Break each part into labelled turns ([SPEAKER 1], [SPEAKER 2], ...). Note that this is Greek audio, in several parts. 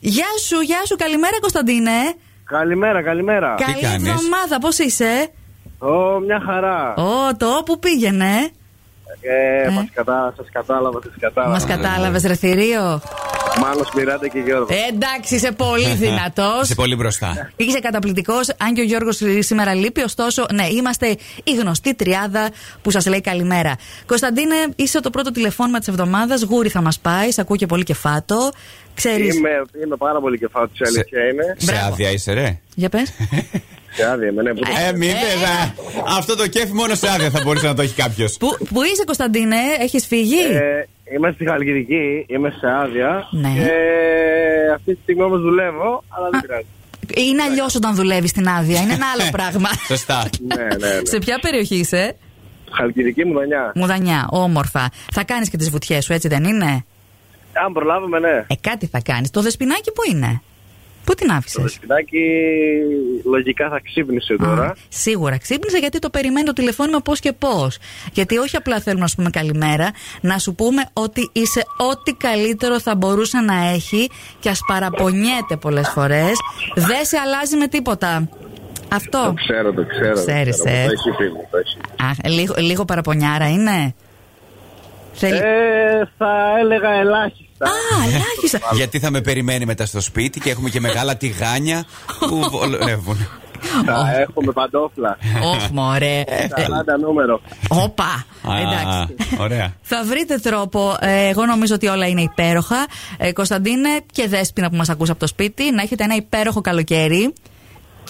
[SPEAKER 1] Γεια σου, γεια σου, καλημέρα Κωνσταντίνε.
[SPEAKER 2] Καλημέρα, καλημέρα.
[SPEAKER 1] Καλή
[SPEAKER 3] κάνεις?
[SPEAKER 1] εβδομάδα, πώς είσαι.
[SPEAKER 2] Ω, μια χαρά.
[SPEAKER 1] Ω, το που πήγαινε.
[SPEAKER 2] Ε,
[SPEAKER 1] Ε.
[SPEAKER 2] μας κατα... σας κατάλαβα, σας κατάλαβα.
[SPEAKER 3] ναι,
[SPEAKER 1] Μας κατάλαβες, ρε θηρίο.
[SPEAKER 2] Μάλλον Μιράντα και Γιώργος.
[SPEAKER 1] Ε, Εντάξει, είσαι πολύ δυνατός.
[SPEAKER 3] Είσαι πολύ μπροστά.
[SPEAKER 1] Είσαι καταπληκτικός. Αν και ο Γιώργος σήμερα λείπει, ωστόσο, ναι, είμαστε η γνωστή τριάδα που σας λέει καλημέρα. Κωνσταντίνε, είσαι το πρώτο τηλεφώνημα της εβδομάδας. Γούρι θα μας πάει, σε ακούω και πολύ κεφάτο. Ξέρεις.
[SPEAKER 2] Είμαι, είμαι πάρα πολύ κεφάτος, η αλήθεια Ε, είναι.
[SPEAKER 3] Σε
[SPEAKER 1] Μπράβο.
[SPEAKER 3] άδεια είσαι, ρε.
[SPEAKER 1] Για πες.
[SPEAKER 2] Και άδεια, με ναι, που...
[SPEAKER 3] Ε, μην
[SPEAKER 1] Ε.
[SPEAKER 3] βέβαια. Αυτό το κέφι μόνο σε άδεια θα μπορούσε να το έχει κάποιος.
[SPEAKER 1] Πού, πού είσαι, Κωνσταντίνε, έχεις φύγει.
[SPEAKER 2] ε, είμαι στη Χαλκιδική, είμαι σε άδεια.
[SPEAKER 1] Ναι.
[SPEAKER 2] Και αυτή τη στιγμή όμως δουλεύω, αλλά δεν
[SPEAKER 1] Α.
[SPEAKER 2] πειράζει.
[SPEAKER 1] Είναι αλλιώς όταν δουλεύεις στην άδεια. Είναι ένα άλλο πράγμα.
[SPEAKER 3] Ε, Σωστά.
[SPEAKER 2] ναι, ναι, ναι.
[SPEAKER 1] Σε ποια περιοχή είσαι,
[SPEAKER 2] Χαλκιδική μου δανειά.
[SPEAKER 1] Μουδανιά, όμορφα. Θα κάνεις και τις βουτιές σου, έτσι δεν είναι.
[SPEAKER 2] Αν προλάβουμε, ναι.
[SPEAKER 1] Ε, κάτι θα κάνεις. Το δεσπινάκι που είναι. Πού την άφησες.
[SPEAKER 2] Το σπιτάκι λογικά θα ξύπνησε τώρα.
[SPEAKER 1] Σίγουρα ξύπνησε γιατί το περιμένει το τηλεφώνημα πώς και πώς. Γιατί όχι απλά θέλουμε να σου πούμε καλημέρα, να σου πούμε ότι είσαι ό,τι καλύτερο θα μπορούσε να έχει και ας παραπονιέται πολλές φορές. Δεν σε αλλάζει με τίποτα. Αυτό.
[SPEAKER 2] Το ξέρω, το ξέρω. το
[SPEAKER 1] Ξέρεις,
[SPEAKER 2] ξέρω.
[SPEAKER 1] ε.
[SPEAKER 2] Το έχει πει μου, το έχει πει.
[SPEAKER 1] Α, λίγο, λίγο παραπονιάρα είναι. Θέλει.
[SPEAKER 2] Ε, θα έλεγα ελάχιστα.
[SPEAKER 1] Α, ελάχιστα.
[SPEAKER 3] Γιατί θα με περιμένει μετά στο σπίτι και έχουμε και μεγάλα τηγάνια που βολεύουν.
[SPEAKER 2] Θα έχουμε παντόφλα.
[SPEAKER 1] Όχι, μωρέ. Ε,
[SPEAKER 2] 40 νούμερο.
[SPEAKER 1] Όπα.
[SPEAKER 3] Α,
[SPEAKER 1] Εντάξει.
[SPEAKER 3] Ωραία.
[SPEAKER 1] Θα βρείτε τρόπο. Ε, εγώ νομίζω ότι όλα είναι υπέροχα. Ε, Κωνσταντίνε και Δέσποινα που μας ακούς από το σπίτι, να έχετε ένα υπέροχο καλοκαίρι.
[SPEAKER 2] Να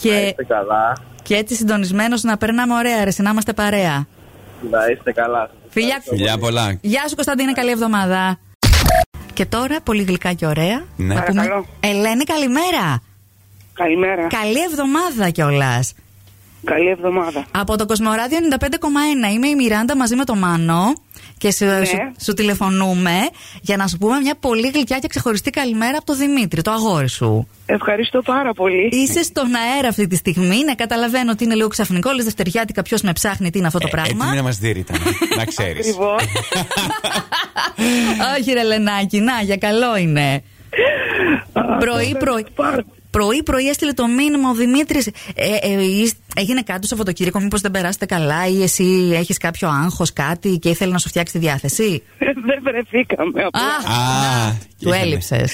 [SPEAKER 1] Και,
[SPEAKER 2] είστε καλά.
[SPEAKER 1] και έτσι συντονισμένος να περνάμε ωραία, ρε, να είμαστε παρέα.
[SPEAKER 2] Να είστε καλά.
[SPEAKER 1] Φιλιά.
[SPEAKER 3] Φιλιά πολλά.
[SPEAKER 1] Γεια σου, Κωνσταντίνε, καλή εβδομάδα. Και τώρα, πολύ γλυκά και ωραία.
[SPEAKER 3] Ναι.
[SPEAKER 1] να πούμε-
[SPEAKER 4] Παρακαλώ.
[SPEAKER 1] Ελένη, καλημέρα.
[SPEAKER 4] Καλημέρα.
[SPEAKER 1] Καλή εβδομάδα κιόλας.
[SPEAKER 4] Καλή εβδομάδα.
[SPEAKER 1] Από το Κοσμοράδιο 95,1 είμαι η Μιράντα μαζί με τον Μάνο και σου,
[SPEAKER 3] Ναι.
[SPEAKER 1] σου, σου τηλεφωνούμε για να σου πούμε μια πολύ γλυκιά και ξεχωριστή καλημέρα από τον Δημήτρη, το αγόρι σου.
[SPEAKER 4] Ευχαριστώ πάρα πολύ.
[SPEAKER 1] Είσαι στον αέρα αυτή τη στιγμή, ναι, καταλαβαίνω ότι είναι λίγο ξαφνικό, λες δευτεριάτικα ποιος με ψάχνει, τι είναι αυτό το
[SPEAKER 3] Ε,
[SPEAKER 1] πράγμα.
[SPEAKER 3] Έτοιμη να μα δει, ήταν. Να ξέρεις.
[SPEAKER 4] Ακριβώς.
[SPEAKER 1] Όχι ρε Λενάκη, να για καλό είναι. πρωί, πρωί. Πρωί, πρωί έστειλε το μήνυμα ο Δημήτρης. Ε, ε, είσ- έγινε κάτι το Σαββατοκύριακο, μήπως δεν περάσετε καλά ή εσύ έχεις κάποιο άγχος, κάτι και ήθελε να σου φτιάξει τη διάθεση.
[SPEAKER 4] Δεν βρεθήκαμε. απλά.
[SPEAKER 1] Α,
[SPEAKER 3] Α,
[SPEAKER 1] του έλειψε.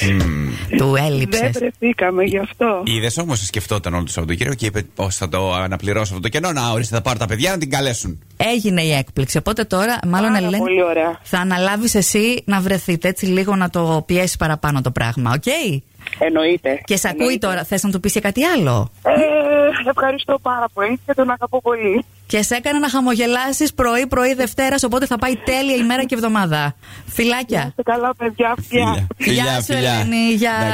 [SPEAKER 1] Του έλειψε.
[SPEAKER 4] Δεν βρεθήκαμε γι' αυτό.
[SPEAKER 3] Είδες όμως, σκεφτόταν όλο το Σαββατοκύριακο και είπε: «Ω, Θα το αναπληρώσω αυτό το κενό. Να ορίστε, θα πάρω τα παιδιά να την καλέσουν.
[SPEAKER 1] Έγινε η έκπληξη. Οπότε τώρα, μάλλον
[SPEAKER 4] Πάρα
[SPEAKER 1] Ελένη,
[SPEAKER 4] πολύ ωραία.
[SPEAKER 1] θα αναλάβεις εσύ να βρεθείτε έτσι λίγο να το πιέσει παραπάνω το πράγμα, οκ.
[SPEAKER 4] Εννοείται.
[SPEAKER 1] Και σε ακούει
[SPEAKER 4] Εννοείται.
[SPEAKER 1] τώρα, θες να του πεις και κάτι άλλο.
[SPEAKER 4] Ε, ευχαριστώ πάρα πολύ και τον αγαπώ πολύ.
[SPEAKER 1] Και σε έκανε να χαμογελάσεις πρωί-πρωί Δευτέρας, οπότε θα πάει τέλεια ημέρα και εβδομάδα. Φιλάκια.
[SPEAKER 4] Είστε καλά, παιδιά. Φιλιά.
[SPEAKER 3] Φιλιά,
[SPEAKER 1] Γεια σου, Ελένη. Γεια.
[SPEAKER 3] Εντάξει.